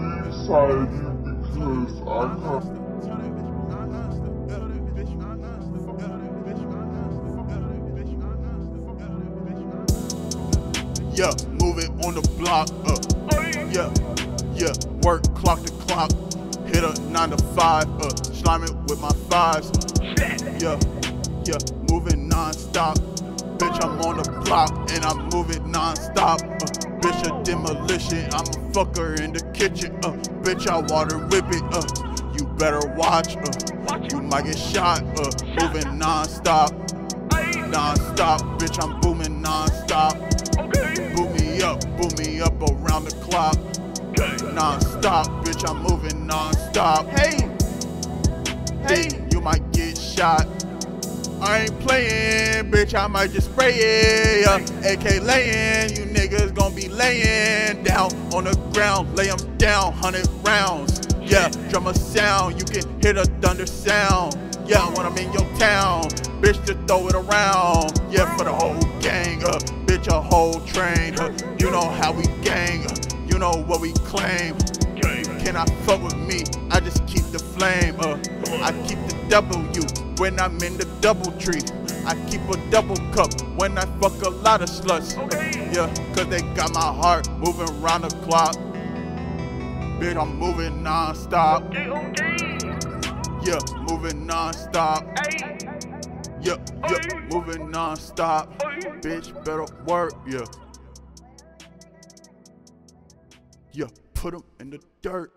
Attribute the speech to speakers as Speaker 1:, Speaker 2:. Speaker 1: inside you because I have
Speaker 2: Yeah, move it on the block. Uh. Yeah, yeah, work clock to clock. Hit a nine to five. Uh, slime it with my fives. Yeah, yeah, moving non-stop. Bitch, I'm on the block and I'm moving non-stop. Uh, bitch, a demolition. I'm a fucker in the kitchen. Uh, bitch, I water whip it. Uh, you better watch. Uh, you might get shot. Uh, moving non-stop, non-stop. Bitch, I'm booming non-stop. Boot me up, boot me up around the clock. Non-stop, bitch, I'm moving non-stop. Hey, hey, you might get shot. I ain't playing, bitch, I might just spray it. Yeah. AK laying, you niggas gonna be laying down on the ground. Lay 'em down, 100 rounds. Yeah, drum a sound, you can hear the thunder sound. Yeah, when I'm in your town, bitch, just throw it around. Yeah, for the whole gang, uh, bitch, a whole train. Uh, you know how we gang, uh, you know what we claim. You cannot fuck with me, I just keep the flame. Uh, I keep the W when I'm in the double tree. I keep a double cup when I fuck a lot of sluts. Yeah, cause they got my heart moving round the clock. Bitch, I'm moving non-stop. Yeah, moving non-stop. Yeah, yeah, moving non-stop. Bitch, better work, yeah. Yeah, put 'em in the dirt.